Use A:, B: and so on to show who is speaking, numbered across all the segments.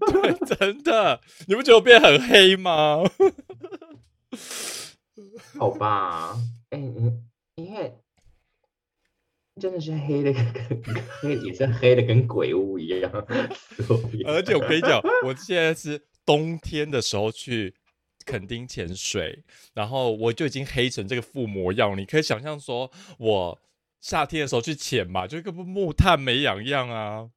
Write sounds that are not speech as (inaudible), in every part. A: 对，真的，你不觉得我变很黑吗？ (laughs)
B: 好吧，哎、你因为真的是黑的跟，那个也是黑的跟鬼屋一样，所以
A: 而且我跟你讲，我现在是冬天的时候去垦丁潜水，然后我就已经黑成这个副模样。你可以想象说，我夏天的时候去潜嘛，就跟木炭没两样啊。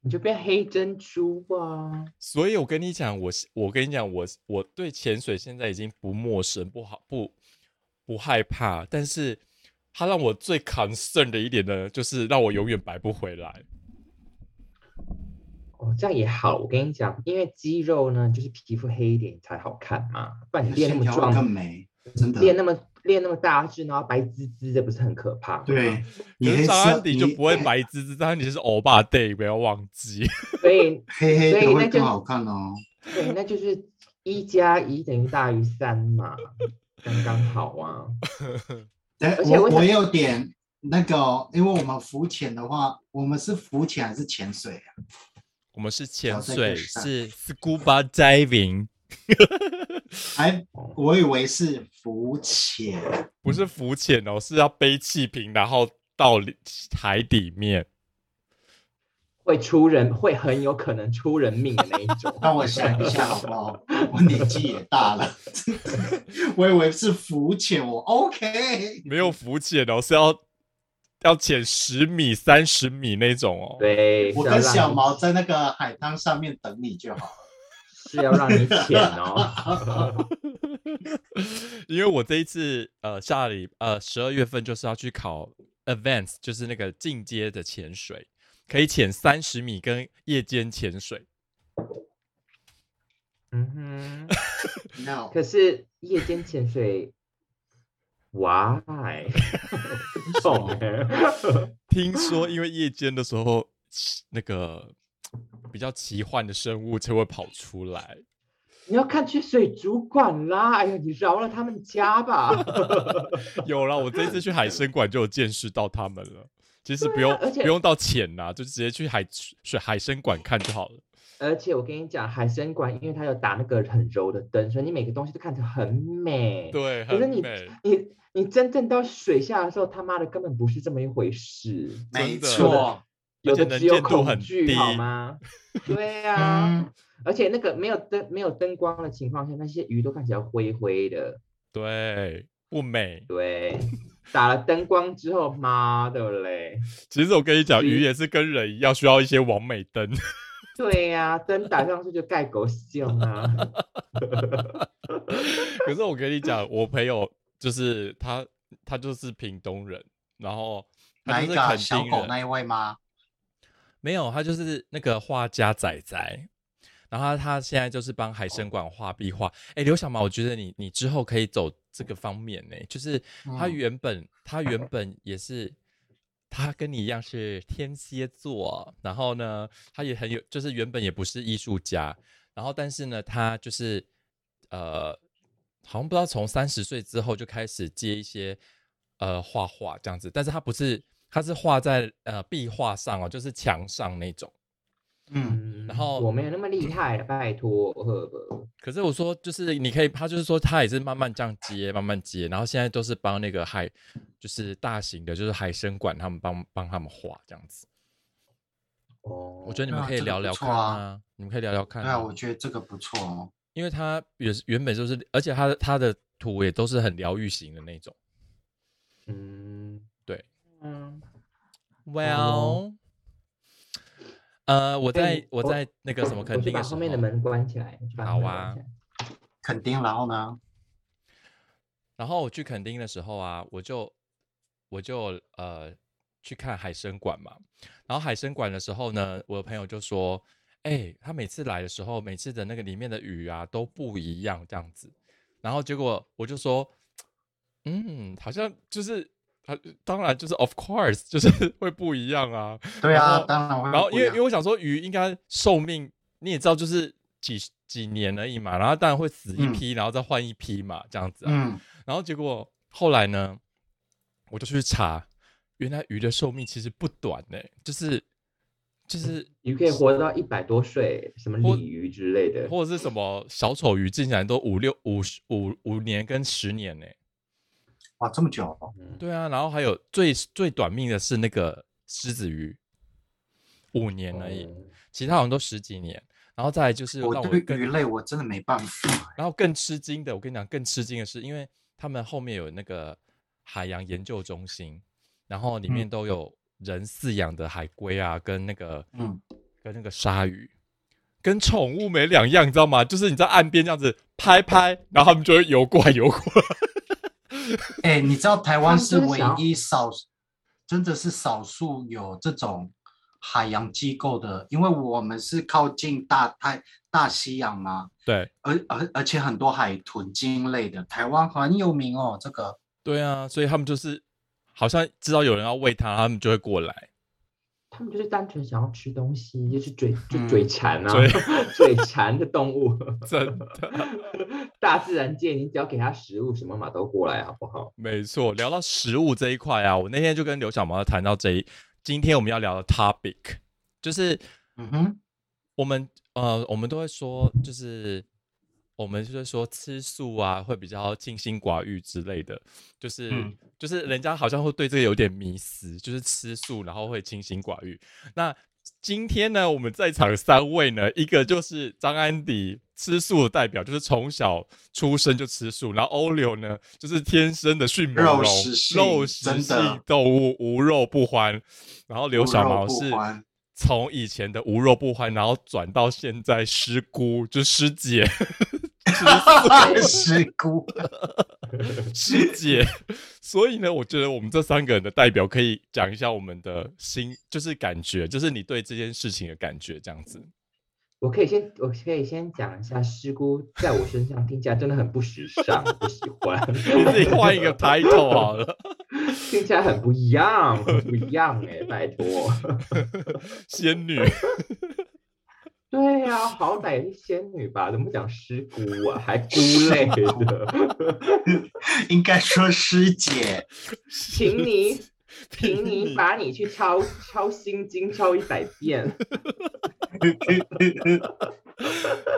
B: 你就变黑珍珠啊！
A: 所以我跟你讲，我是我跟你讲，我我对潜水现在已经不陌生，不好不不害怕，但是它让我最 concern 的一点呢，就是让我永远白不回来。
B: 哦，这样也好。我跟你讲，因为肌肉呢，就是皮肤黑一点才好看嘛，不然你练那
C: 线
B: 么
C: 条会更
B: 壮，
C: 美，真的。
B: 练那么练那么大只，然后白滋滋的，不是很可怕吗？
C: 对，你
A: 可
C: 黑
A: 是张
C: 色
A: 安迪
C: 你
A: 就不会白滋滋，张安迪是欧巴 day，不要忘记。
B: (laughs)
A: (laughs)
B: 所以
C: 黑黑
B: 所以
C: 的
B: 那
C: 会
B: 就
C: 更好看哦。
B: 对，那就是一加一等于大于三嘛，刚刚好啊。
C: 哎，
B: 而且
C: 我
B: 我想
C: 我有点那个哦，因为我们浮潜的话，我们是浮潜还是潜水啊？
A: 我们是潜
C: 挑战
A: 水，
C: 更大
A: 是 scuba diving，
C: 哎，
B: 哦
C: 我以为是浮潜。。
A: 不是浮潜哦，是要背气瓶，然后到里海底面。
B: 会出人，会很有可能出人命的那一种
C: (laughs) 让我想一下好不好？我年纪也大了， (laughs) 我以为是浮潜，我 OK。
B: (laughs)
A: 没有浮潜哦，是要要潜十米、三十米那种
B: (laughs)
A: 哦。
B: 对，
C: 我
B: 是要让
C: 跟小
B: 你
C: 毛在那个海滩上面等你就好。
B: 是要让你浅
C: (laughs)
B: 哦。
A: (laughs) 因为我这一次呃下礼呃十二月份就是要去考 advance，就是那个进阶的潜水，可以潜三十米跟夜间潜水。
B: 嗯
C: No，
B: 哼，可是夜间潜水，why？不懂欸
A: 听说因为夜间的时候，那个比较奇幻的生物才会跑出来。
B: 你要看去水族馆啦！哎呀，你饶了他们家
C: (laughs)
B: 吧。
A: 有啦，我这一次去海参馆就有见识到他们了。其实不
B: 对
A: 用、
B: 啊而且
A: 不用到浅啦，就直接去海水海参馆看就好了。
B: 而且我跟你讲，海参馆因为它有打那个很柔的灯，所以你每个东西都看着很美。
A: 对，
B: 可
A: 很
B: 是你
A: 美。
B: 你你真正到水下的时候，他妈的根本不是这么一回事，
C: 没
A: 真的
C: 错。
B: 有
A: 而且
B: 的
A: 能
B: 只有
A: 见度
B: 恐
A: 很
B: 惧，
A: 低
B: 好
A: (laughs)
B: 吗？对呀、
C: 嗯，
B: 而且那个没有灯、没有灯光的情况下，那些鱼都看起来灰灰的。
A: 对，不美。
B: 对，打了灯光之后，妈的嘞！
A: 其实我跟你讲，
B: 所以
A: 鱼也是跟人一样，需要一些完美灯。 (laughs)
B: 对呀、灯打上去就盖狗熊
A: (laughs)
B: 啊！
A: 可是我跟你讲，我朋友就是他，他就是屏东人，然后
C: 哪
A: 他
C: 一
A: 就
C: 个
A: 是垦
C: 啊小
A: 丁
C: 狗
A: 人，
C: 那一位吗？
A: 没有，他就是那个画家仔仔。然后他他现在就是帮海参馆画壁画。哎，刘小毛，我觉得你你之后可以走这个方面呢、就是他
C: 嗯
A: 原本、他原本也是，他跟你一样是天蝎座，然后呢，他也很有，就是原本也不是艺术家，然后但是呢，他就是呃，好像不知道从三十岁之后就开始接一些呃画画这样子，但是他不是，他是画在呃壁画上哦，就是墙上那种。
B: 嗯
C: 嗯，
A: 然后
B: 我没有那么厉害，啊拜托，呵呵
A: 可是我说，就是你可以，他就是说，他也是慢慢这样接，慢慢接，然后现在都是帮那个海，就是大型的，就是海参馆他们帮帮他们画这样子。
B: 哦，
A: 我觉得你们
C: 那
A: 可以
C: 这个
A: 聊
C: 不
A: 聊
C: 错
A: 看
C: 啊
A: 啊，你们可以聊聊看、
C: 对啊，我觉得这个不错哦。
A: 因为他也是原本就是，而且他的他的图也都是很疗愈型的那种。
B: 嗯，
A: 对，
B: 嗯，
A: Well，、呃，我
B: 对
A: 在我
B: 我
A: 在那个什么
B: 我
A: 垦
B: 去
A: 丁
B: 把
A: 的时
B: 后
A: 候，
B: 面的门关起来，我去把后
A: 哦好
B: 面的门
A: 啊
B: 关起来
C: 肯定，然后呢？
A: 然后我去垦丁的时候啊，我就我就呃去看海参馆嘛。然后海参馆的时候呢，我的朋友就说：“哎、他每次来的时候，每次的那个里面的鱼啊都不一样这样子。”然后结果我就说：“嗯，好像就是。”啊，当然就是 of course，就是 (laughs) 会不一样啊。
C: 对
A: 然
C: 啊，
A: 后
C: 当然会不一样。
A: 然后因为因为我想说鱼应该寿命你也知道就是几十几年而已嘛，然后当然会死一
C: 嗯
A: 批，然后再换一批嘛，这样子啊。
C: 嗯，
A: 然后结果后来呢，我就去查，原来鱼的寿命其实不短呢、就是
C: 嗯
A: 就是
B: 鱼可以活到一百多岁，什么
A: 或
B: 鲤鱼之类的，
A: 或者是什么小丑鱼，竟然都五六五十五五年跟十年呢、
C: 哇，这么久哦、
B: 嗯
A: 对啊，然后还有最最短命的是那个狮子鱼，五年而已，
B: 嗯
A: 其他好像都十几年。然后再来就是让
C: 我
A: 我
C: 哦对
A: 更
C: 鱼类我真的没办法。
A: 然后更吃惊的，我跟你讲，更吃惊的是，因为他们后面有那个海洋研究中心，然后里面
C: 嗯
A: 都有人饲养的海龟啊，跟那个
C: 嗯，
A: 跟那个鲨鱼，跟宠物没两样，你知道吗？就是你在岸边这样子拍拍，然后他们就会游过来游过来。
C: 哎、你知道台
B: 他
C: 湾
B: 们
C: 是
B: 真的
C: 唯
B: 想要
C: 一少，真的是少数有这种海洋机构的，因为我们是靠近大太大西洋嘛，
A: 对
C: 而而而且很多海豚鲸类的，台湾很有名哦。这个
A: 对啊，所以他们就是好像知道有人要喂它，他们就会过
C: (laughs)
A: 来。
B: 他们就是单纯想要吃东西，就是嘴就嘴
C: 嗯
B: 馋啊，
A: 嘴
B: 嘴馋的动物。 (laughs)
A: 真的，
B: 大自然界，你只要给它食物，什么马都过来，好不好？
A: 没错。聊到食物这一块啊，我那天就跟刘小毛谈到这一，今天我们要聊的 topic 就是
C: 嗯哼，
B: (laughs)
C: (laughs)
A: 我们呃，我们都会说，就是我们就是说吃素啊，会比较清心寡欲之类的，就是、
C: 嗯
A: 就是人家好像会对这个有点迷思，就是吃素然后会清心寡欲。那今天呢，我们在场三位呢，一个就是张安迪吃素的代表，就是从小出生就吃素，然后欧柳呢，就是天生的迅猛
C: 肉
A: 龙
C: 食性
A: 肉食
C: 真的
A: 性动物，无肉不欢。然后刘
C: 无
A: 小
C: 肉
A: 毛
C: 不
A: 是
C: 欢
A: 从以前的无肉不欢，然后转到现在师姑，就是师
C: (laughs)
A: 姐，啊
C: 是菇，
A: 师姐。 (laughs) 所以呢，我觉得我们这三个人的代表可以讲一下我们的心，就是感觉，就是你对这件事情的感觉，这样
C: (laughs)
A: 子。
B: 我可以先，我可以先讲一下，师姑在我身上听起来真的很不时尚，我不喜欢，
A: 你自己换一个 title 好了，
B: 听起来很不一样，很不一样哎、拜托。 (laughs)
A: 仙女。 (laughs)
B: 对呀、好歹也是仙女吧，怎么讲师姑啊，还姑类的，
C: 应该说师姐。
B: 请你，请
A: 请
B: 你
A: 你
B: 把你去抄抄心经抄一百遍。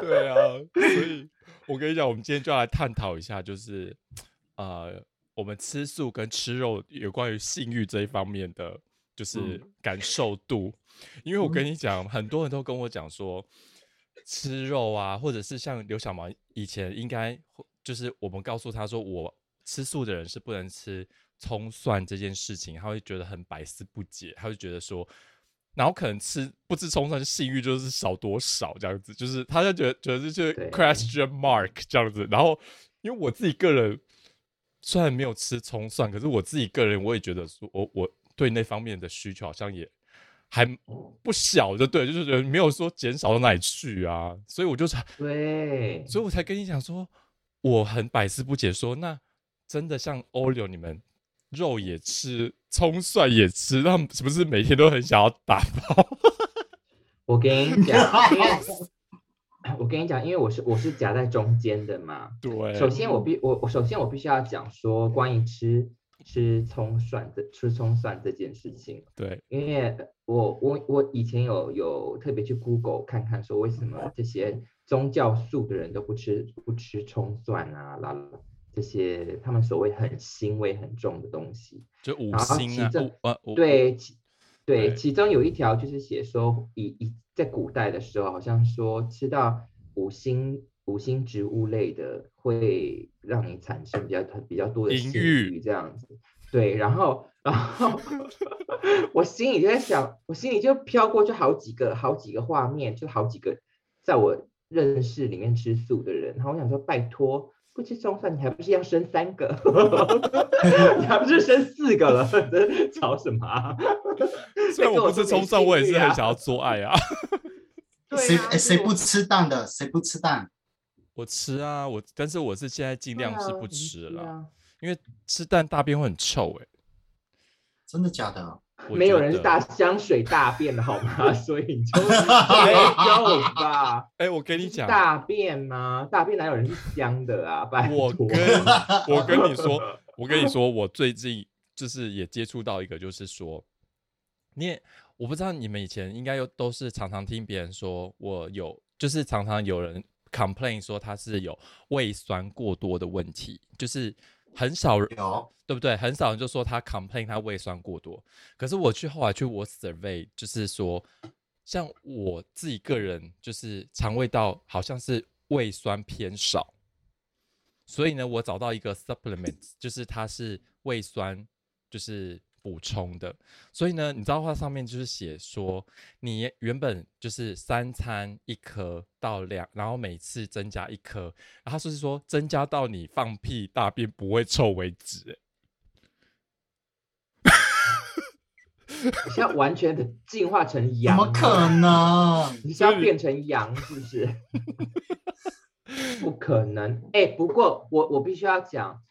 A: 对啊，所以我跟你讲，我们今天就要来探讨一下，就是呃，我们吃素跟吃肉有关于性欲这一方面的，
C: 嗯
A: 就是感受度。因为我跟你讲，很多人都跟我讲说，吃肉啊，或者是像刘小毛以前应该会就是我们告诉他说，我吃素的人是不能吃葱蒜这件事情，他会觉得很百思不解，他会觉得说，然后可能吃不吃葱蒜性欲就是少多少这样子，就是他就觉得觉得这就是
B: 对
A: question mark 这样子。然后因为我自己个人虽然没有吃葱蒜，可是我自己个人我也觉得说我我对那方面的需求好像也还不小，就对，就是觉得没有说减少到哪里去啊，所以我就是
B: 对，
A: 所以我才跟你讲说，我很百思不解说，那真的像欧柳你们肉也吃，葱蒜也吃，那是不是每天都很想要打
B: (laughs)
A: 包？
B: 我跟你讲，因为我跟你讲，因为我是我是夹在中间的嘛。
A: 对，
B: 首先我必我我首先我必须要讲说关于吃吃葱蒜的吃葱蒜这件事情，
A: 对，
B: 因为我我我以前有有特别去 Google 看看说为什么这些宗教素的人都不吃不吃葱蒜啊啦啦这些他们所谓很腥味很重的东西。
A: 就五
B: 然后
A: 星
B: 其
A: 啊，
B: 中
A: 五呃五
B: 对，其对，
A: 对
B: 其中有一条就是写说，以以在古代的时候，好像说吃到五星五星植物类的，会让你产生比较比较多的
A: 淫
B: 性
A: 欲
B: 欲这样子。对，然后然
A: (laughs)
B: 后我心里就在想，我心里就飘过去好几个好几个画面，就好几个在我认识里面吃素的人，然后我想说，拜托。不吃葱蒜，你还不是要生三个？ (laughs) 你还不是生四个了？ (laughs) 你在吵什么啊、
A: 虽然
B: 那个
A: 我
B: 我
A: 不
B: 就没
A: 吃葱蒜，我也
B: 兴
A: 是
B: 趣
A: 很
B: 啊
A: 想要做爱
B: (laughs)
A: 啊。
B: 对
C: 谁
B: 啊
C: 哎谁
B: 就
C: 不吃蛋的？谁不吃蛋？
A: 我吃啊，我但是我是现在尽
B: 对
A: 量是
B: 啊
A: 不
B: 你
A: 吃
B: 对
A: 了，
B: 啊
A: 因为吃蛋大便会很臭哎、
C: 真的假的？
A: 我
B: 没有
A: 觉
B: 人是
A: 得
B: 大香水大便的好吗？ (laughs) 所以你
A: (laughs)
B: 就没有吧？
A: 哎、我跟你
B: 这是
A: 讲，
B: 大便吗？大便哪有人是香的
A: (laughs)
B: 啊？拜
A: 我
B: 托，
A: 跟我跟
B: (laughs)
A: 你说，我跟你说，我最近就是也接触到一个，就是说，你也我不知道你们以前应该有都是常常听别人说我有，就是常常有人 complain 说他是有胃酸过多的问题，就是很少人
C: 有
A: 对不对？很少人就说他 complain 他胃酸过多，可是我去后来去我 survey，就是说，像我自己个人就是肠胃道好像是胃酸偏少，所以呢，我找到一个 supplement，就是它是胃酸就是补充的，所以呢，你知道它上面就是写说，你原本就是三餐一颗到两，然后每次增加一颗，然后它就是说增加到你放屁大便不会臭为止、欸
B: 你是要完全的进化成
C: 怎
B: 羊？
C: 么可？
A: (laughs)
C: 能？
B: 你是要变成羊是不是？不可能。哎、不过我我必须要讲，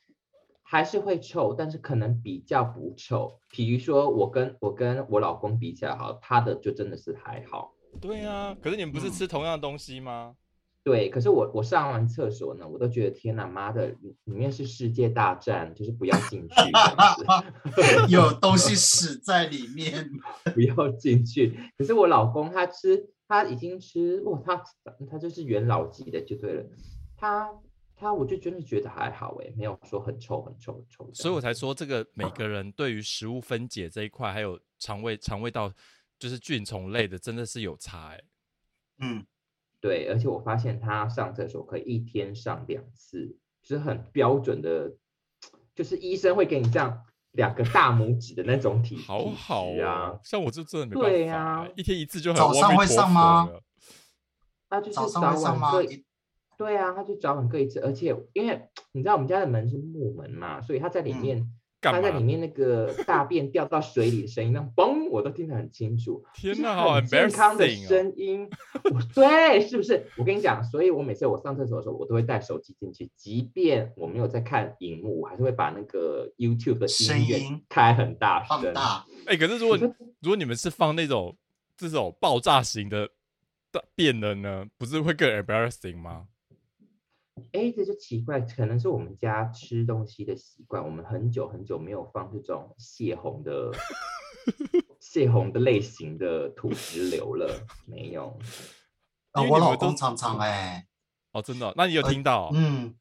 B: 还是会臭，但是可能比较不臭。比如说我跟我跟我老公比起来，好，他的就真的是还好。
A: 对啊，可是你们不是
C: 嗯
A: 吃同样的东西吗？
B: 对，可是我我上完厕所呢，我都觉得天哪，妈的，里里面是世界大战，就是不要进去这样子。 (laughs)
C: 有东西屎在里面，
B: 不要进去。可是我老公他吃，他已经吃，哇，他他就是元老级的就对了。他他我就真的觉得还好欸诶，没有说很臭很臭很臭这样。
A: 所以我才说这个每个人对于食物分解这一块，还有肠胃肠胃道就是菌虫类的，真的是有差哎、
C: 嗯，
B: 对，而且我发现他上厕所可以一天上两次，就是很标准的，就是医生会给你这样两个大拇指的那种体
A: 好好
B: 体质啊
A: 哦。，像我就真的没办法、
B: 对
A: 欸
B: 啊
A: 一天一次就很
C: 早上
A: 阿弥
C: 会
A: 陀
C: 上
A: 佛
C: 吗
A: 了
B: 他就是
C: 早
B: 早
C: 上会上吗
B: 晚？各，对啊，他就早晚各一次，而且因为你知道我们家的门是木门嘛，所以他在里
C: 嗯
B: 面。
A: 干
B: 它在里
A: 嘛？
B: 面那
C: (laughs)
B: 个大便掉到水里的声音，那种嘣，我都听得很清楚，
A: 天
B: 就是
A: 哪，好
B: 很健康的
A: embarrassing 哦！
B: 声音。我对，是不是？我跟你讲，所以我每次我上厕所的时候，我都会带手机进去，即便我没有在看荧幕，我还是会把那个 YouTube 的
C: 声
B: 音乐
C: 音
B: 开很大
C: 放
B: 声。
C: 大，
A: 哎、可是如果如果你们是放那种这种爆炸型的大变的呢，不是会更 embarrassing 吗？
B: 哎，这就奇怪，可能是我们家吃东西的习惯，我们很久很久没有放这种泄洪的泄洪的类型的土石流了，没
C: (laughs)
B: 有。
C: 呃
A: 因为
C: 我
A: 你们
C: 老
A: 都嗯
C: 公常常哎、
A: 哦，真的哦、那你有听到哦、
C: 嗯，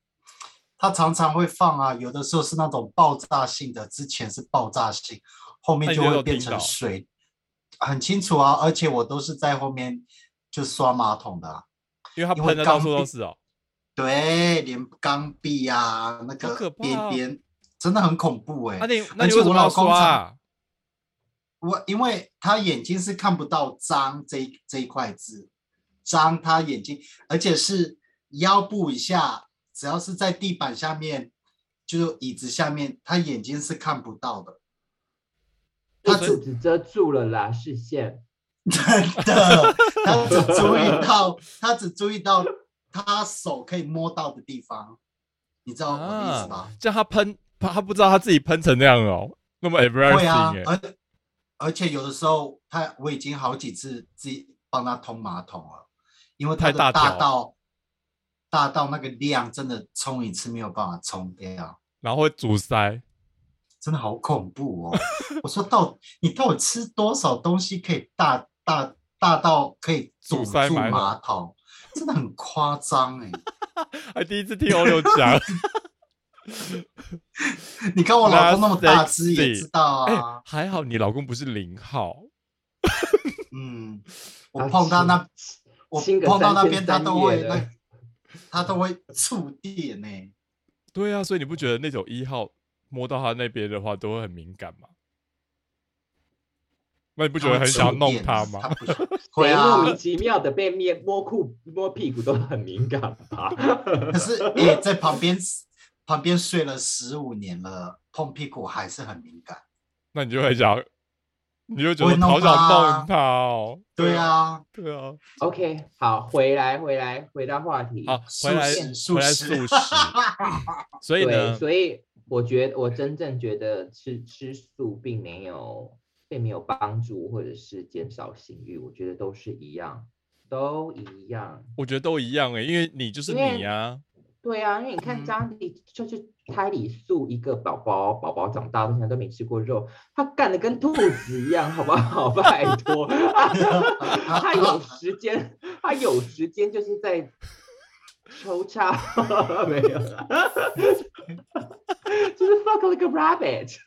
C: 他常常会放啊，有的时候是那种爆炸性的，之前是爆炸性，后
A: 那
C: 面
A: 你
C: 就
A: 都
C: 会
A: 有
C: 变
A: 听
C: 成
A: 到
C: 水，很清楚啊，而且我都是在后面就刷马桶的啊、
A: 因为它
C: 因为
A: 喷的到
C: 刚
A: 处都
C: 被
A: 是哦。
C: 对，连钢壁啊，那
A: 好可
C: 个
A: 怕
C: 边
A: 哦
C: 边真的很恐怖哎、
A: 啊那你那你
C: 且
A: 为什
C: 我
A: 么要
C: 老公
A: 刷
C: 常
A: 啊？
C: 我因为他眼睛是看不到“脏”这一这一块字，脏他眼睛，而且是腰部以下，只要是在地板下面，就是椅子下面，他眼睛是看不到的。
B: 被
C: 他
B: 肚子遮住了啦，视线。
C: (laughs) 真的，他只注意到，他只注意到他手可以摸到的地方，你知道我的意思吧？
A: 这样他喷，他他不知道他自己喷成那样哦，那么
C: 会啊
A: embarrassing 哎、，
C: 而而且有的时候他我已经好几次自己帮他通马桶了，因为
A: 太
C: 他的
A: 大条
C: 大到大到那个量真的冲一次没有办法冲掉，
A: 然后会阻塞。
C: 真的好恐
A: (laughs)
C: 怖哦！我说到你到底吃多少东西可以大大大到可以
A: 阻
C: 堵
A: 塞
C: 住
A: 马桶
C: 马桶，真的很夸张哎、
A: 还第一次听
C: (laughs)
A: 欧柳讲，
C: 你看我老公那么大
A: Not (laughs)
C: 只也
A: sexy
C: 知道
A: 哎、
C: 啊，
A: 还好你老公不是零号， (laughs)
C: 嗯，我
B: 啊
C: 碰到
B: 亲
C: 那我
B: 亲个
C: 碰到
B: 三天
C: 那边，他
B: 三
C: 都
B: 夜
C: 会
B: 的
C: 那，他都会触电呢、
A: 对啊，所以你不觉得那种一号摸到他那边的话都会很敏感吗？那你 (laughs) 不
C: 不
A: 觉得很想要弄他吗？
B: (laughs)
C: 不是
B: 谁
C: 会啊
B: 莫，名其妙的被灭摸裤摸屁股都很敏感吧？ (laughs)
C: 可是也在旁边旁边睡了十五年了，碰屁股还是很敏感。
A: 那你就会想，你就觉
C: 我
A: 得
C: 会弄
A: 好想
C: 他啊
A: 弄他哦。
C: 对，啊，
A: 对啊。
B: OK，好，回来回来回到话题。
A: 好，
C: 素
A: 回来
C: 食
A: 回来
C: 素
A: 素
C: 食
A: 食，所以
B: 对，
C: (laughs)
A: 呢，
B: 所以我觉得我真正觉得吃吃素并没有并没有帮助，或者是减少性欲，我觉得都是一样，都一样。
A: 我觉得都一样哎、因为你就是
B: 因为
A: 你啊，
B: 对啊，因为你看
C: 嗯
B: 张里就是胎里素一个宝宝，宝宝长大到现在都没吃过肉，他干的跟兔子一样，好不好？ (laughs) 拜托，
C: 啊
A: (laughs)
B: 他有时间，他有时间就是在抽插， (laughs) 没有啦， (laughs) 就是 fuck like a rabbit。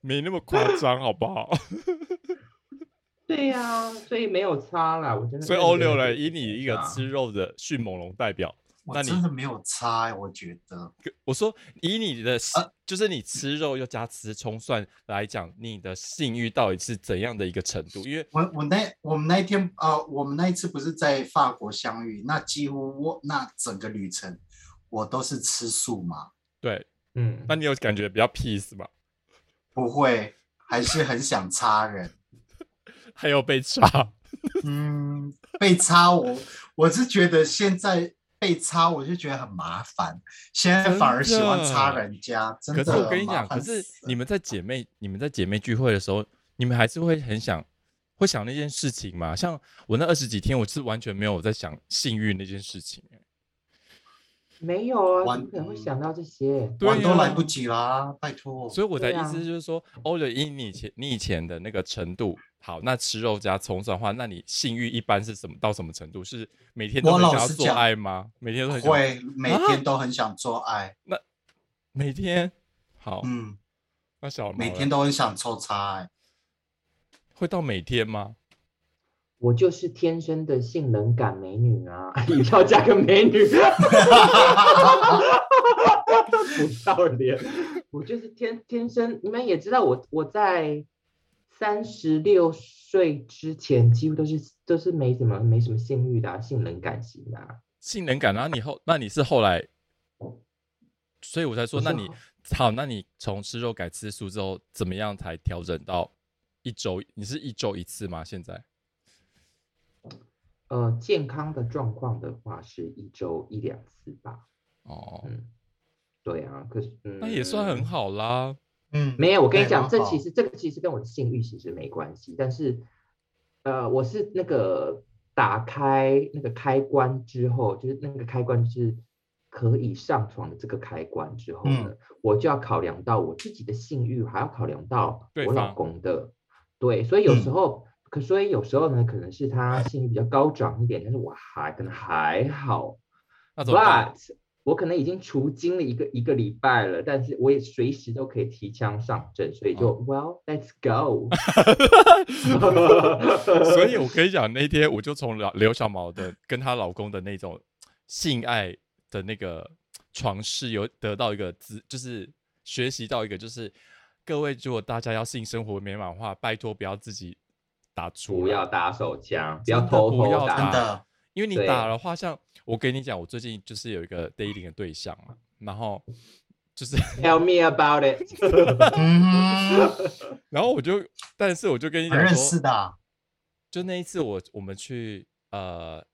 A: 没那么夸张，好不
C: (laughs)
A: 好？
B: 对呀、所以没有差啦，我真的。
A: 所以欧六来，以你一个
C: 啊
B: 吃。
A: 吃肉的迅猛龙代表，那
C: 我
A: 你
C: 真的没有差欸，我觉得
A: 我说以你的性、
C: 啊
A: 就是你吃肉又加吃葱蒜来讲，你的性欲到底是怎样的一个程度？因为
C: 我我那我们那一天呃，我们那一次不是在法国相遇，那几乎我那整个旅程我都是吃素嘛，
A: 对，
B: 嗯，
A: 那你有感觉比较 peace 吗？
C: 不会，还是很想插人。
A: 还有被
C: (laughs)
A: 插，
C: 嗯，被插我，我是觉得现在被插，我就觉得很麻烦。现在反而喜欢插人家，真
A: 可
C: 的。
A: 是我跟你
C: 麻
A: 讲，可
C: 烦
A: 是
C: 死了
A: 你们在姐妹你们在姐妹聚会的时候，你们还是会很想会想那件事情吗？像我那二十几天，我是完全没有在想性欲那件事情、欸
B: 没有啊，
C: 完
B: 怎么可能会
C: 嗯
B: 想到这些？
A: 对
C: 玩都来
A: 呀
C: 不及啦，拜托。
A: 所以我的
B: 对
A: 意
B: 啊
A: 思就是说，欧的以你以前你以前的那个程度，好，那吃肉加葱蒜的话，那你性欲一般是什么到什么程度？是每天都
C: 我
A: 很
C: 老
A: 想要
C: 实
A: 做
C: 讲
A: 爱吗？每天都很想啊
C: 会每天都很想做爱，
A: 每天好，
C: 嗯，
A: 那小
C: 每
A: 毛
C: 天
A: 嘞
C: 都很想抽插、欸。
A: 会到每天吗？
B: 我就是天生的性冷感美女啊， (laughs) 一定要加个美女，不要脸。我就是天天生，你们也知道我我在三十六岁之前几乎都是都是没怎么没什么性欲的、啊，性冷感型的、啊。
A: 性能感，然后你后，那你是后来，所以我才说，
B: 我
A: 那
B: 是
A: 你好，那你从吃肉改吃素之后，怎么样才调整到一周？你是一周一次吗？现在
B: 呃，健康的状况的话是一周一两次吧。
A: 哦，
B: 嗯，对啊，可是、嗯、
A: 那也算很好啦。
C: 嗯，
B: 没有，我跟你
C: 对
B: 讲，
C: 蛮
B: 这
C: 好
B: 其实这个其实跟我的性欲其实没关系，但是，呃，我是那个打开那个开关之后，就是那个开关就是可以上床的这个开关之后呢，
C: 嗯
B: 我就要考量到我自己的性欲，还要考量到
A: 对
B: 我老
A: 方
B: 公的，对，所以有时
C: 嗯
B: 候。可所以有时候呢，可能是他性欲比较高涨一点，但是我还可能还好，
A: 那怎么办？。
B: But 我可能已经除经了一个一个礼拜了，但是我也随时都可以提枪上阵，所以就、Well let's go
A: (laughs)
B: (laughs)
A: 所以我跟你讲，那天我就从刘刘小毛的跟她老公的那种性爱的那个床事，有得到一个资，就是学习到一个，就是各位如果大家要性生活美满的话，拜托不要自己打出
B: 不
A: 来，
B: 要打手枪，不
A: 真
B: 要
A: 的
B: 偷
A: 不要
B: 偷
A: 打
B: 打，
C: 真的，
A: 因为你
B: 对
A: 打的话，像我跟你讲，我最近就是有一个 dating 的对象嘛，然后就是 (laughs)
B: Tell me about it 。
C: 嗯
A: (laughs)
C: 哼，
A: 然后我就，但是我就跟你
C: 我
A: 讲
C: 认
A: 说
C: 识，的啊，
A: 就那一次我我们去呃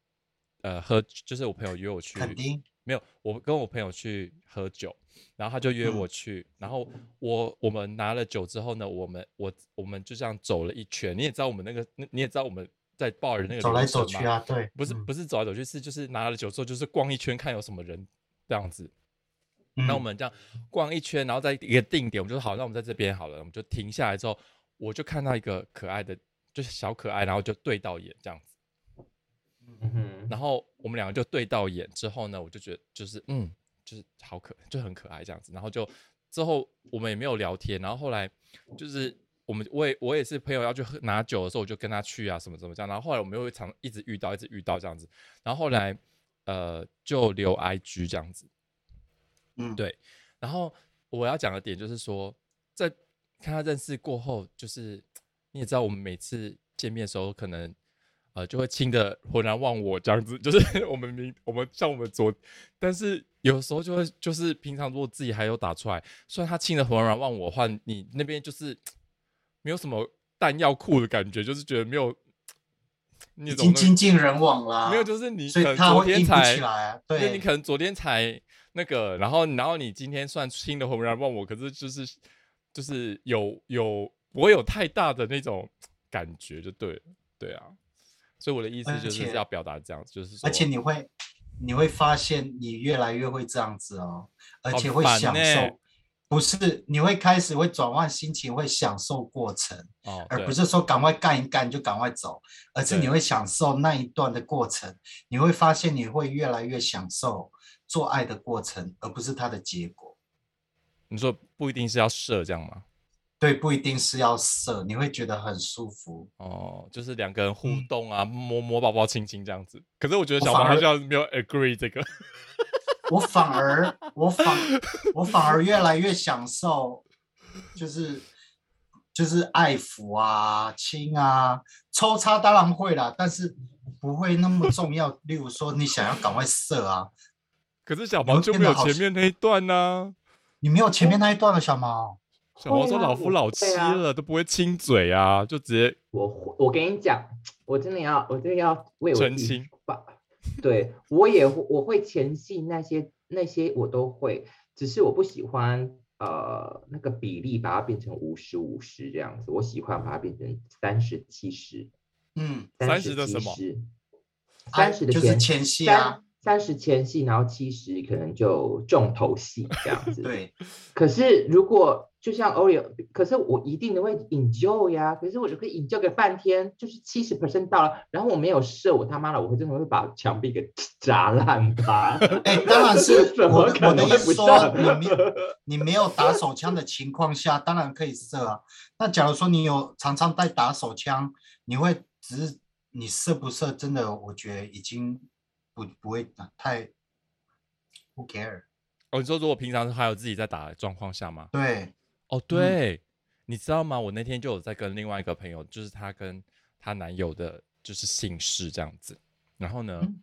A: 呃喝，就是我朋友约我去
C: 肯定，
A: 没有，我跟我朋友去喝酒，然后他就约
C: 嗯
A: 我去，然后我我们拿了酒之后呢，我们我我们就这样走了一圈，你也知道我们那个，你也知道我们在 bar 的那个
C: 走来
A: 流程
C: 走去
A: 嘛
C: 啊，对，
A: 不是
C: 嗯
A: 不是走来走去，是就是拿了酒之后就是逛一圈看有什么人这样子，
C: 嗯
A: 那我们这样逛一圈，然后在一个定点，我们就说好，那我们在这边好了，我们就停下来之后，我就看到一个可爱的，就是小可爱，然后就对到眼这样子，
B: 嗯哼
A: 然后我们两个就对到眼之后呢，我就觉得就是嗯，就是好可，就很可爱这样子，然后就之后我们也没有聊天，然后后来就是。我们我也我也是朋友要去喝拿酒的时候，我就跟他去啊，什么什么这样。然后后来我们又会常一直遇到，一直遇到这样子。然后后来呃就留 IG 这样子，
C: 嗯
A: 对然后我要讲的点就是说，在看他认识过后，就是你也知道，我们每次见面的时候，可能呃就会亲的浑然忘我这样子，就是 (laughs) 我们明我们像我们昨，但是有时候就会就是平常如果自己还有打出来，虽然他亲的浑然忘我的话，你那边就是没有什么弹药库的感觉，就是觉得没有。你
C: 已
A: 懂那
C: 经
A: 个
C: 精尽人亡啦，
A: 没有，就是你可
C: 所以
A: 能
C: 他
A: 昨
C: 会
A: 天
C: 硬不
A: 才
C: 起来啊
A: 对，
C: 对
A: 你可能昨天才那个，然后然后你今天算新的红人问我，可是就是就是有有不会有太大的那种感觉，就对了对啊。所以我的意思
C: 而
A: 就是
C: 且
A: 要表达这样，子，就是说，
C: 而且你会，你会发现你越来越会这样子哦，而
A: 好
C: 且会
A: 烦
C: 享受，
A: 欸
C: 不是你会开始会转换心情，会享受过程，
A: 哦，
C: 而
A: 对
C: 不是说赶快干一干就赶快走，而是
A: 对
C: 你会享受那一段的过程，你会发现你会越来越享受做爱的过程，而不是它的结果。
A: 你说不一定是要射这样吗？
C: 对，不一定是要射，你会觉得很舒服。
A: 哦，就是两个人互
C: 嗯
A: 动啊，摸摸抱抱亲亲这样子。可是我觉得
C: 我
A: 小
C: 反
A: 王好
C: 而
A: 像没有 agree 这个。
C: 我反而，我反，我反而越来越享受，就是就是爱抚啊、亲啊、抽插，当然会啦，但是不会那么重要。例如说，你想要赶快射啊，
A: 可是小
C: 们
A: 毛就
C: 变
A: 没
C: 得
A: 有
C: 好
A: 前
C: 像
A: 面那一段呢、
C: 你没有前面那一段了，小毛。
A: (laughs) 小毛说
B: 会啊
A: 老夫
B: 我
A: 老
B: 会
A: 妻
B: 啊
A: 了、都不会亲嘴啊，就直接
B: 我会我跟你讲，我真的要，我真的要为我
A: 澄
B: 自己
A: 清
B: 发。对我也会我会前戏那些那些我都会，只是我不喜欢呃那个比例把它变成五十五十这样子，我喜欢把它变成三十七十，
C: 嗯，
A: 30
B: 十
A: 的什
B: 七
A: 么
B: 十，
C: 爱
B: 三十的
C: 啊就是
B: 前
C: 前戏啊
B: 三，三十前戏，然后七十可能就重头戏这样
C: (laughs)
B: 子。
C: 对，
B: 可是如果就像 Oreo，可是我一定的会 enjoy 呀、可是我只会 enjoy 个半天，就是七十 percent 到了，然后我没有射，我他妈的，我会真的会把墙壁给砸烂吧？
C: 哎，当然是
B: (laughs) 怎么
C: 我的我
B: 可
C: 的
B: 能
C: 意
B: 会
C: 思
B: 不
C: 说，你
B: 射？
C: 没有你没有打手枪的情况下，当然可以射啊。那假如说你有常常在打手枪，你会只是你射不射，真的我觉得已经不不会太 who care。
A: 哦，你说如果平常还有自己在打的状况下吗？
C: 对，
A: 哦，对，你知道吗？我那天就有在跟另外一个朋友，就是她跟她男友的，就是姓氏这样子。然后呢，
C: 嗯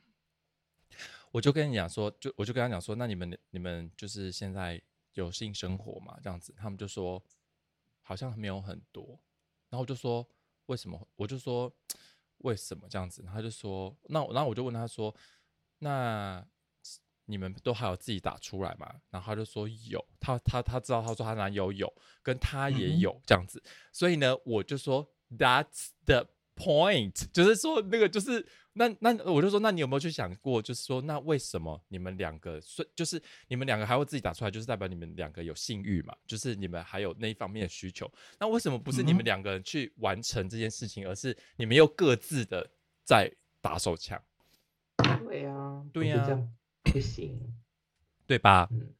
A: 我就跟你讲说，就我就跟他讲说，那你们你们就是现在有性生活嘛？这样子，他们就说好像没有很多。然后我就说为什么？我就说为什么这样子？然后他就说那我然后我就问他说那你们都还有自己打出来吗？然后他就说有，他他他知道，他说他男友有，跟他也
C: 嗯哼
A: 有、这样子。所以呢，我就说 That's the point，就是说那个就是那那我就说，那你有没有去想过，就是说那为什么你们两个所以就是你们两个还会自己打出来，就是代表你们两个有性欲嘛，就是你们还有那一方面的需求。那为什么不是你
C: 嗯
A: 们两个人去完成这件事情，而是你们又各自的在打手枪，
B: 对啊，
A: 对
B: 我觉得
A: 呀
B: 这样不行。
A: 对吧？
B: 嗯，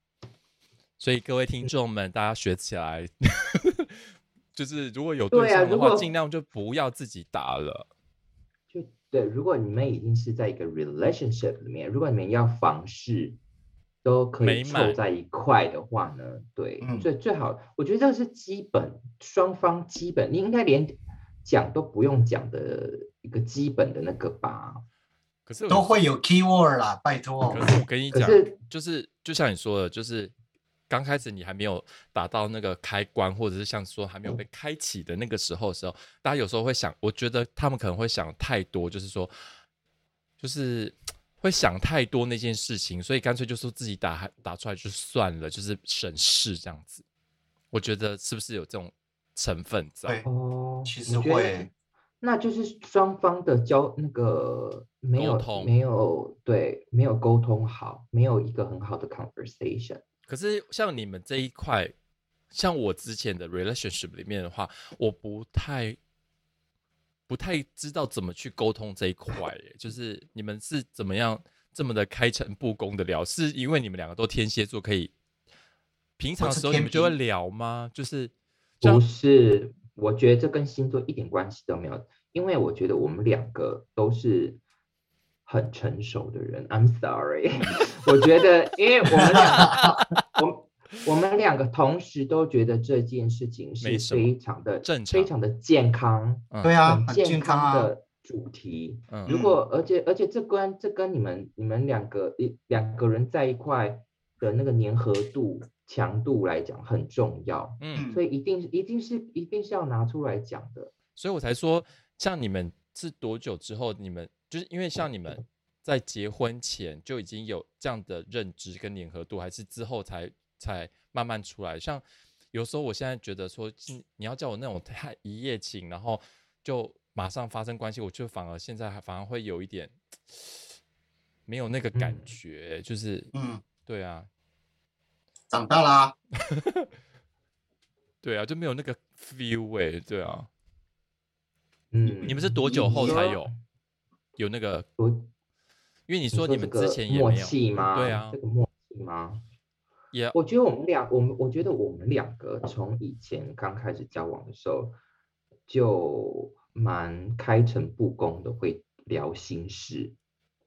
A: 所以各位听众们，大家学起来， (laughs) 就是如果有
B: 对
A: 对
B: 啊
A: 象的
B: 如
A: 话，
B: 果
A: 尽量就不要自己打了。
B: 就对，如果你们已经是在一个 relationship 里面，如果你们要房事都可
A: 美
B: 以
A: 满
B: 凑在一块的话呢，对，
C: 嗯
B: 最最好，我觉得这个是基本，双方基本，你应该连讲都不用讲的一个基本的那个吧。
A: 可是我
C: 都会有 keyword 啦，拜托。
A: 可是我跟
B: (laughs)
A: 你
B: 可
A: 讲
B: 是，
A: 就是就像你说的，就是刚开始你还没有达到那个开关，或者是像说还
B: 嗯
A: 没有被开启的那个时候的时候，大家有时候会想，我觉得他们可能会想太多，就是说，就是会想太多那件事情，所以干脆就说自己打打出来就算了，就是省事这样子。我觉得是不是有这种成分在
C: 对？
B: 哦，
C: 其
B: 我
C: 实
B: 觉得
C: 会
B: 那就是双方的交那个没
A: 沟
B: 有
A: 通
B: 没有对没有沟通好，没有一个很好的 conversation。
A: 可是像你们这一块，像我之前的 relationship 里面的话，我不太不太知道怎么去沟通这一块耶，就是你们是怎么样这么的开诚布公的聊？是因为你们两个都天蝎座，可以平常的
C: 是
A: 时候你
C: 天
A: 们就会
C: 秤
A: 聊吗？就是这样
B: 不是，我觉得这跟星座一点关系都没有，因为我觉得我们两个都是很成熟的人。I'm sorry，我 (laughs) 觉得，因为我们两个，我我们两个同时都觉得这件事情
A: 没
B: 是
A: 什么
B: 非常的
A: 正
B: 非
A: 常
B: 常的健康，
C: 对啊，
B: 很
C: 很
B: 健
C: 健康
B: 康
C: 啊。
B: 的主题。
A: 嗯
B: 如
C: 嗯
B: 果而且而且这关这跟你们你们两个一两个人在一块的那个粘合度强度来讲很重要。
A: 嗯，
B: 所以一定一定是一定是要拿出来讲的。
A: 所以我才说，像你们是多久之后，你们就是因为像你们在结婚前就已经有这样的认知跟粘合度，还是之后才才慢慢出来？像有时候我现在觉得说，嗯你要叫我那种太一夜情，然后就马上发生关系，我就反而现在还反而会有一点没有那个感
B: 嗯
A: 觉，就是
C: 嗯，
A: 对啊，
C: 长大啦、
A: 对啊，就没有那个 feel 哎、对啊，
B: 嗯，
A: 你们是多久后
B: 你
A: 才
B: 说
A: 有有那个？
B: 我
A: 因为你
B: 你
A: 说你们
B: 这个
A: 之前也
B: 默
A: 没有，
B: 契吗？
A: 对啊
B: 这个默契吗？
A: 也
B: 我觉得我们俩，我们我觉得我们两个从以前刚开始交往的时候，就蛮开诚布公的，会聊心事。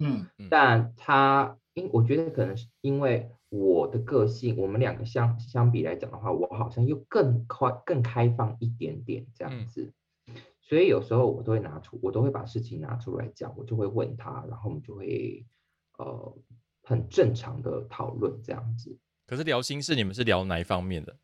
C: 嗯
A: 嗯
B: 但他因我觉得可能是因为我的个性，我们两个相相比来讲的话，我好像又更快、更开放一点点这
A: 嗯
B: 样子，所以有时候我都会拿出，我都会把事情拿出来讲，我就会问他，然后我们就会呃很正常的讨论这样子，
A: 可是聊心事，你们是聊哪一方面的？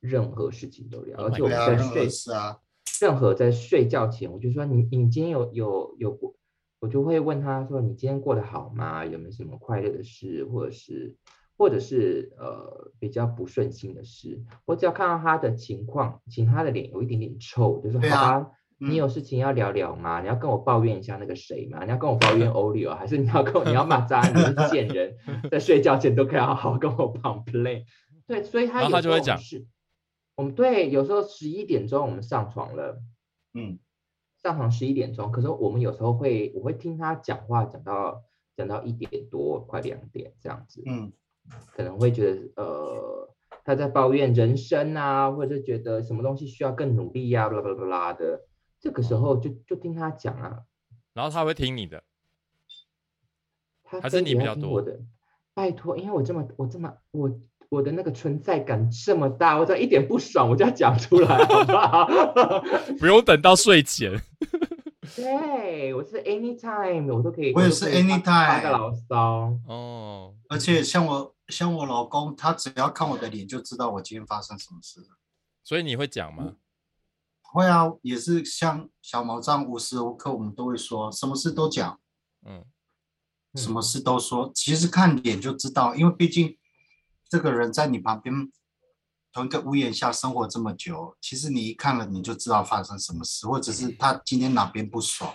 B: 任何事情都聊，
A: Oh
B: 而
A: my
B: 且我
C: 对
B: 们
C: 啊，
B: 在
C: 任
B: 睡
C: 何事啊，
B: 任何在睡觉前，我就说你你今天有有有过，我就会问他说你今天过得好吗？有没有什么快乐的事，或者是或者是呃比较不顺心的事？我只要看到他的情况，请他的脸有一点点臭，我就说
C: 对
B: 好
C: 啊
B: 吧，
C: 嗯
B: 你有事情要聊聊吗？你要跟我抱怨一下那个谁吗？你要跟我抱
A: (laughs)
B: 怨欧里哦，还是你要跟我你要骂渣男你是贱人，在睡觉前都可以好好跟我 complain。对，所以他
A: 然后
B: 有
A: 他
B: 时
A: 就
B: 候
A: 会
B: 我们
A: 讲
B: 是，我们对，有时候十一点钟我们上床了，
C: 嗯，
B: 上床十一点钟，可是我们有时候会，我会听他讲话讲到讲到一点多，快两点这样子，
C: 嗯
B: 可能会觉得呃他在抱怨人生啊，或者是觉得什么东西需要更努力呀、啊，巴拉巴拉巴拉的。这个时候就就听他讲啊，
A: 然后他会听你的，
B: 他
A: 还
B: 非
A: 是你
B: 得
A: 比
B: 要
A: 较
B: 听我
A: 多
B: 的，拜托，因为我这么我这么我我的那个存在感这么大，我只要一点不爽我就要讲出来，好不好？ (laughs)
A: 不用等到睡前。
B: 对，我是 anytime 我都可以，
C: 我也
B: 都
C: 是
B: 可以发发个
C: anytime
B: 牢骚，
A: 哦，
C: 而且像我像我老公，他只要看我的脸就知道我今天发生什么事了。
A: 所以你会讲吗？
C: 会啊，也是像小毛这样，无时无刻我们都会说，什么事都讲，
A: 嗯，
B: 嗯
C: 什么事都说。其实看脸就知道，因为毕竟这个人在你旁边，同一个屋檐下生活这么久，其实你一看了你就知道发生什么事，或者是他今天哪边不爽，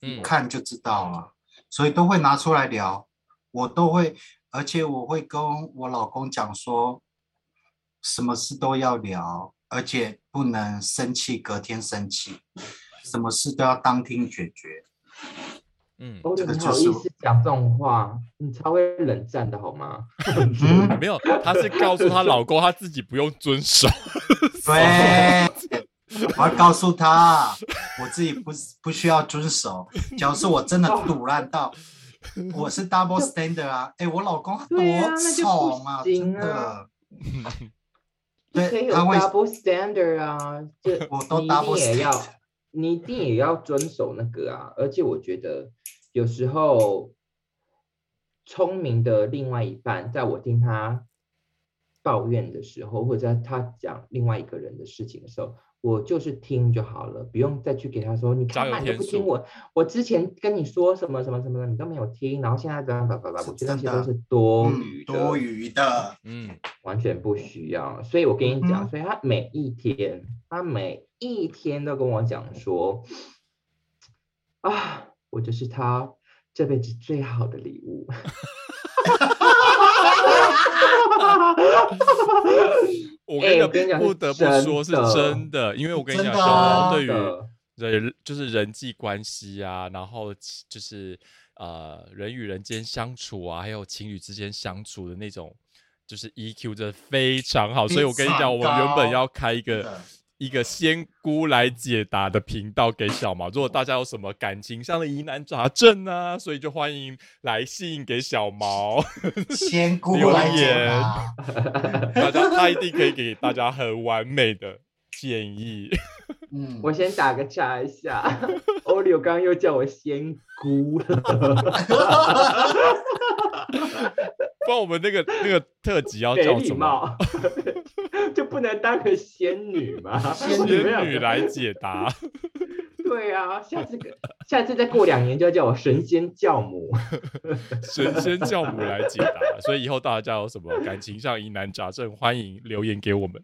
C: 一
A: 嗯
C: 看就知道了，所以都会拿出来聊。我都会，而且我会跟我老公讲说，什么事都要聊，而且不能生气，隔天生气，什么事都要当天解决。
A: 嗯，
B: 哦，
C: 这
B: 你
C: 个
B: 很
C: 就
B: 好
C: 是
B: 意
C: 我
B: 思讲这种话，你超会冷战的好吗？ (laughs)
C: 嗯，
A: 没有，她是告诉她老公，她自己不用遵守。
C: 对，我要告诉他，我自己不不需要遵守。假如是我真的堵烂到，
B: (laughs)
C: 我是 double standard 啊，哎，我老公多
B: 对啊那就不
C: 宠啊，真
B: 行啊
C: 的。
B: 就可以
C: 对，
B: 有
C: 他会
B: double standard 啊，就
C: (laughs) 我都
B: 你一
C: double
B: 定也要
C: standard，
B: 你一定也要遵守那个啊。而且我觉得有时候聪明的另外一半，在我听他抱怨的时候，或者在他讲另外一个人的事情的时候。我就是听就好了，不用再去给他说，你
A: 加
B: 看
A: 油
B: 嘛，你都
A: 添
B: 不听
A: 醋
B: 我，我之前跟你说什么什么什么的，你都没有听，然后现在怎样吧吧吧，我觉得那些
C: 真
B: 都
C: 的
B: 是多余
C: 嗯，
B: 的，
C: 多余的，
A: 嗯，
B: 完全不需要。所以我跟你讲，
C: 嗯
B: 所以他每一天，他每一天都跟我讲说，啊，我就是他这辈子最好的礼物。
A: (laughs) 我
B: 哎我
A: 跟
B: 跟
A: 你
B: 你讲
A: 讲，不
B: 是
A: 得不
B: 真
A: 说是
B: 的
A: 真的，因为我跟你
C: 真
A: 讲，
C: 的
A: 小
C: 啊
A: 王
B: 真
A: 哦对于
B: 的
A: 人就是人际关系啊，然后其就是呃人与人间相处啊，还有情侣之间相处的那种，就是 EQ 真的非常好。所以我跟你
C: 非
A: 讲，
C: 常
A: 我们原本
C: 高
A: 要开一
C: 是
A: 个
C: 的
A: 一个仙姑来解答的频道给小毛。如果大家有什么感情上的疑难杂症啊，所以就欢迎来信给小毛。 (laughs)
C: 仙姑
A: 留
C: 来解
A: 言
C: 答，
A: 大家他一定可以给大家很完美的建议。 (laughs)
C: 嗯，
B: 我先打个岔一下，欧柳刚刚又叫我仙姑
A: (laughs)
B: 了，
A: 不然我们那个那个特辑要
B: 没
A: 叫
B: 礼
A: 什么？
B: 貌， (laughs) 就不能当个仙女吗？
C: 仙
B: 我
A: 仙
B: 们两
A: 女
B: 个
A: 来解答，
B: 对啊，下次个下次再过两年就要叫我神仙教母。
A: 神仙教母来解答。所以以后大家有什么感情上疑难杂症，欢迎留言给我们。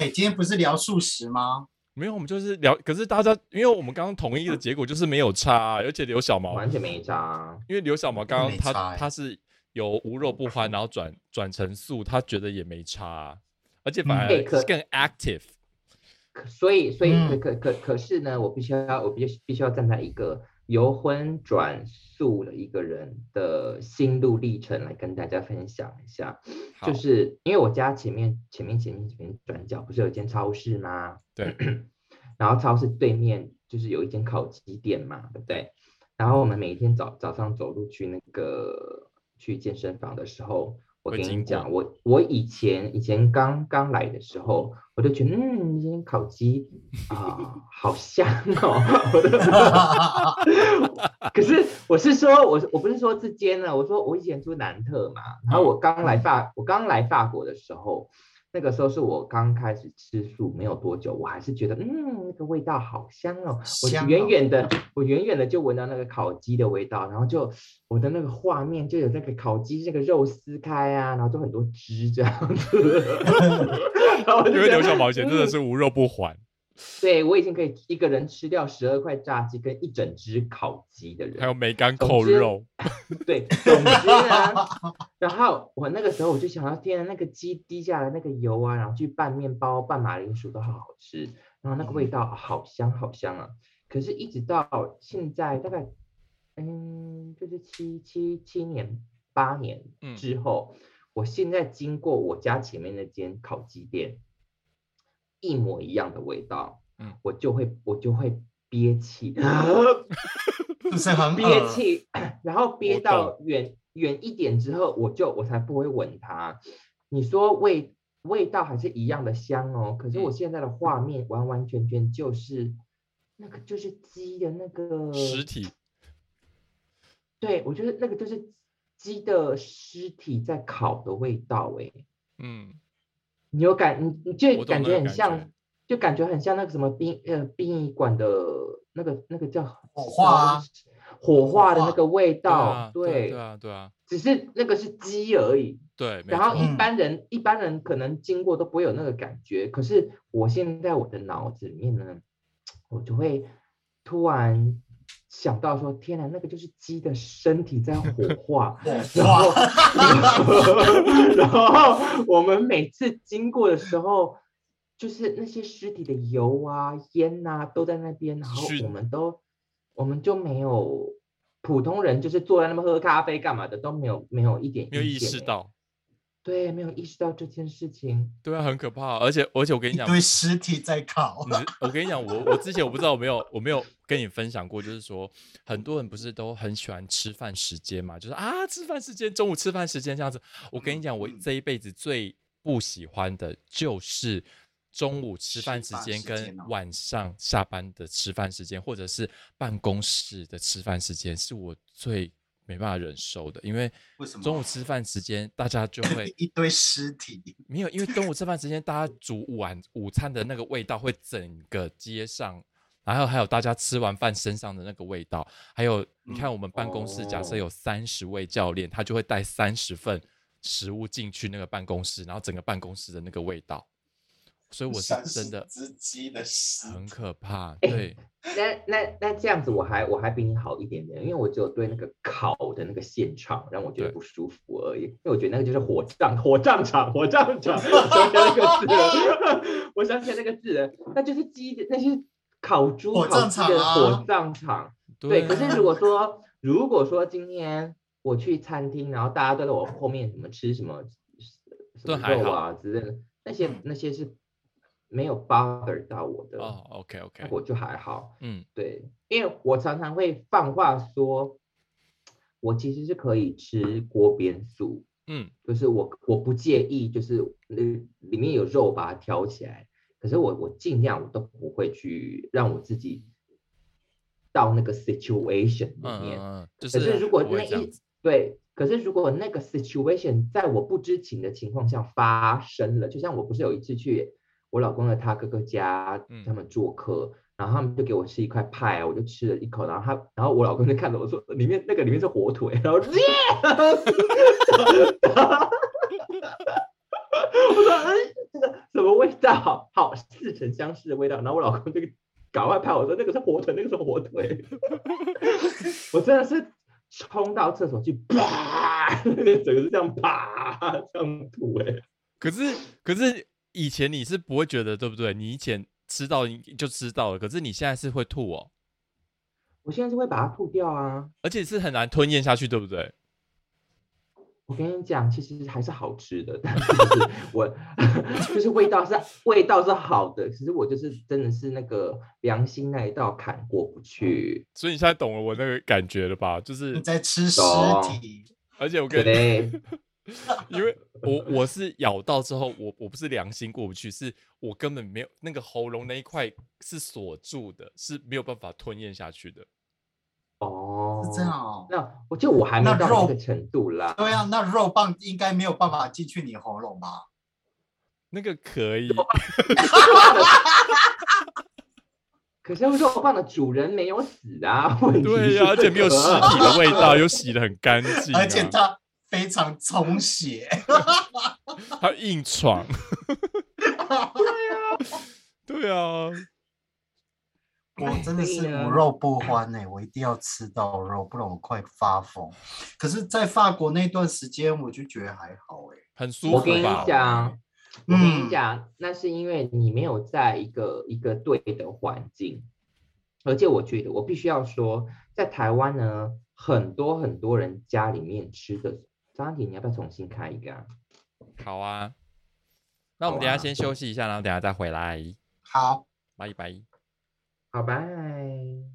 C: 哎，今天不是聊素食吗？
A: 没有，我们就是聊。可是大家，因为我们刚刚统一的结果就是没有差啊、而且刘小毛，
B: 完全没差。啊
A: 因为刘小毛刚刚
C: 没
A: 他
C: 差欸
A: 他是由无肉不欢，然后转转成素，他觉得也没差啊、而且反
C: 嗯
A: 而
B: 对可
A: 更 active。
B: 可所以，所以可
C: 嗯
B: 可可可是呢，我必须要，我必须必须要站在一个由荤转素的一个人的心路历程来跟大家分享一下。
A: 好，
B: 就是因为我家前面前面前面前面转角不是有一间超市吗？
A: 对
B: (clears throat) 然后超市对面就是有一间烤鸡店嘛，对不对？然后我们每天早早上走路去那个去健身房的时候，我
A: 会
B: 跟
A: 经
B: 你
A: 过
B: 讲，我我以前以前刚刚来的时候，我就觉得嗯，这间烤鸡啊、好香哦， (laughs) 我都可是我是说，我我不是说这间呢，我说我以前住南特嘛，然后我刚
A: 嗯
B: 来法，我刚来法国的时候，那个时候是我刚开始吃素没有多久，我还是觉得嗯，那个味道好香哦，
C: 香
B: 我远
C: 哦
B: 远的，我远远的就闻到那个烤鸡的味道，然后就我的那个画面就有那个烤鸡那个肉撕开啊，然后就很多汁这样
A: (laughs)
B: 子，然后我就
A: 因为
B: 觉得
A: 刘小毛以前真的
B: 嗯
A: 是无肉不欢，
B: 对我已经可以一个人吃掉十二块炸鸡跟一整只烤鸡的人，
A: 还有梅干
B: 总
A: 扣
B: 之
A: 肉。
B: 对，总之呢，
A: (laughs)
B: 然后我那个时候我就想到，天啊，那个鸡滴下来那个油啊，然后去拌面包、拌马铃薯都好好吃，然后那个
A: 嗯
B: 味道好香好香啊！可是，一直到现在大概，嗯，就是七七七年八年
A: 嗯
B: 之后，我现在经过我家前面那间烤鸡店，一模一样的味道，
A: 嗯，
B: 我就会我就会憋气。 (laughs)
C: 是不是很
B: 憋
C: 恶？
B: 气， (clears throat) 然后憋
A: 嗯我
B: 到远远一点之后，我就我才不会闻它。你说味味道还是一样的香哦，可是我
A: 嗯
B: 现在的画面完完全全就是那个就是鸡的那个
A: 实体，
B: 对我觉得那个就是鸡的尸体在烤的味道哎，
A: 嗯，
B: 你有感你你就
A: 我懂
B: 感
A: 那
B: 觉
A: 个
B: 很
A: 感
B: 像，
A: 觉
B: 就感觉很像那个什么殡呃殡仪馆的那个那个叫
C: 火化啊，
B: 火化的那
C: 化
B: 个味
A: 对
B: 道
A: 啊，，对啊对啊，对啊，
B: 只是那个是鸡而已，
A: 对。啊没
B: 然后
A: 错
B: 一
C: 嗯
B: 般人、一般人可能经过都不会有那个感觉，可是我现在我的脑子里面呢，我就会突然想到说，天哪，那个就是鸡的身体在火
A: (laughs)
B: 化，然
C: 哇
B: 后然后我们每次经过的时候，就是那些尸体的油啊、烟呐、都在那边，然后
A: 熏
B: 我们都我们就没有。普通人就是坐在那边喝咖啡干嘛的都没有没有一点
A: 没有意
B: 见
A: 识
B: 欸
A: 到，
B: 对，没有意识到这件事情。
A: 对啊，很可怕。而且而且我跟你
C: 一
A: 讲，
C: 堆尸体在烤
A: 你，是我跟你讲，我我之前我不知道我没有我没有跟你分享过，就是说很多人不是都很喜欢吃饭时间嘛，就是啊吃饭时间，中午吃饭时间这样子。我跟你讲，我
C: 嗯
A: 这一辈子最不喜欢的就是中午吃饭时间
C: 吃饭时
A: 跟
C: 间哦
A: 晚上下班的吃饭时间，或者是办公室的吃饭时间，是我最没办法忍受的，因为
C: 为什么
A: 中午吃饭时间大家就会
C: 一堆尸体，
A: 没有，因为中午吃饭时间，大家煮晚午餐的那个味道会整个街上，然后还有大家吃完饭身上的那个味道，还有
C: 嗯
A: 你看我们办公室假设
B: 哦
A: 有三十位教练，他就会带三十份食物进去那个办公室，然后整个办公室的那个味道，所以我是
C: 三十
A: 真的
C: 只鸡的尸
A: 很可怕，
B: (laughs) 哎
A: 对，
B: 那那那这样子，我还我还比你好一点点，因为我只有对那个烤的那个现场让我觉得
A: 对
B: 不舒服而已，因为我觉得那个就是火葬火葬场火葬场，我想起来那个字了， (laughs) 我想起来那个字了，那就是鸡的那些烤猪
C: 火
B: 烤
C: 葬
B: 鸡
C: 场
B: 的火
C: 啊
B: 葬场。
A: 对
B: 对，可是
A: 啊
B: 如果说如果说今天我去餐厅，然后大家都在我后面什么吃什么什
A: 都
B: 么
A: 还
B: 肉啊之类的，那些
C: 嗯
B: 那些是没有 bother 到我的，
A: 哦，OK
B: 那
A: OK，
B: 我就还好。
A: 嗯，
B: 对，因为我常常会放话说，我其实是可以吃锅边素，
A: 嗯，
B: 就是我我不介意，就是那里面有肉把它挑起来，可是我我尽量我都不会去让我自己到那个 situation
A: 嗯
B: 里面。
A: 嗯嗯，就
B: 可是如果
A: 不会
B: 那
A: 这样
B: 一
A: 子，
B: 对，可是如果那个 situation 在我不知情的情况下发生了，就像我不是有一次去我老公的他哥哥家，他
A: 嗯
B: 们做客，然后他们就给我吃一块派，我就吃了一口，然后他，然后我老公就看着我说，里面那个里面是火腿，然后我就耶，哎我说嗯，这个什么味道？好，似曾相识的味道。然后我老公就赶快拍我说那个是火腿，那个是火腿。我真的是冲到厕所去，啪，那个整个是这样啪这样吐哎、
A: 可是可是以前你是不会觉得对不对？你以前吃到你就吃到了，可是你现在是会吐哦，
B: 我现在是会把它吐掉啊。
A: 而且是很难吞咽下去，对不对？
B: 我跟你讲，其实还是好吃的，但是就是我 (laughs) 就是味道是味道是好的，其实我就是真的是那个良心那一道坎过不去。
A: 所以你现在懂了我那个感觉了吧？就是
C: 你在吃尸
B: 懂
C: 体，
A: 而且我跟你，
B: 对， (laughs)
A: 因为我我是咬到之后，我我不是良心过不去，是我根本没有那个喉咙那一块是锁住的，是没有办法吞咽下去的。
B: 哦，
C: 是这样。哦。
B: 那我就我还没
C: 那
B: 到那
C: 肉
B: 个程度啦。
C: 对啊，那肉棒应该没有办法进去你喉咙吧？
A: 那个可以，
B: 可是肉棒的主人没有死
C: (laughs)
B: 啊，问题
A: 对
B: 是
A: 呀、而且没有
B: 这
A: 尸
B: 个
A: 体的味道，又洗的很干净、啊，
C: (laughs) 而且它非常充血，
A: (laughs) 他硬闯。对啊，
C: 我哦真的是
B: 所以呢
C: 无肉不欢呢、我一定要吃到肉，不然我快发疯。可是，在法国那段时间，我就觉得还好哎、
A: 很舒
B: 我跟
A: 服
B: 你
A: 吧？
B: 讲，我跟
C: 嗯
B: 你讲，那是因为你没有在一个一个对的环境，而且我觉得我必须要说，在台湾呢，很多很多人家里面吃的，张安婷，你要不要重新开一个啊？
A: 好啊，那我
B: 好
A: 们等一下
B: 啊
A: 先休息一下，然后等一下再回来，
C: 好。
A: 拜拜。
B: 好，拜。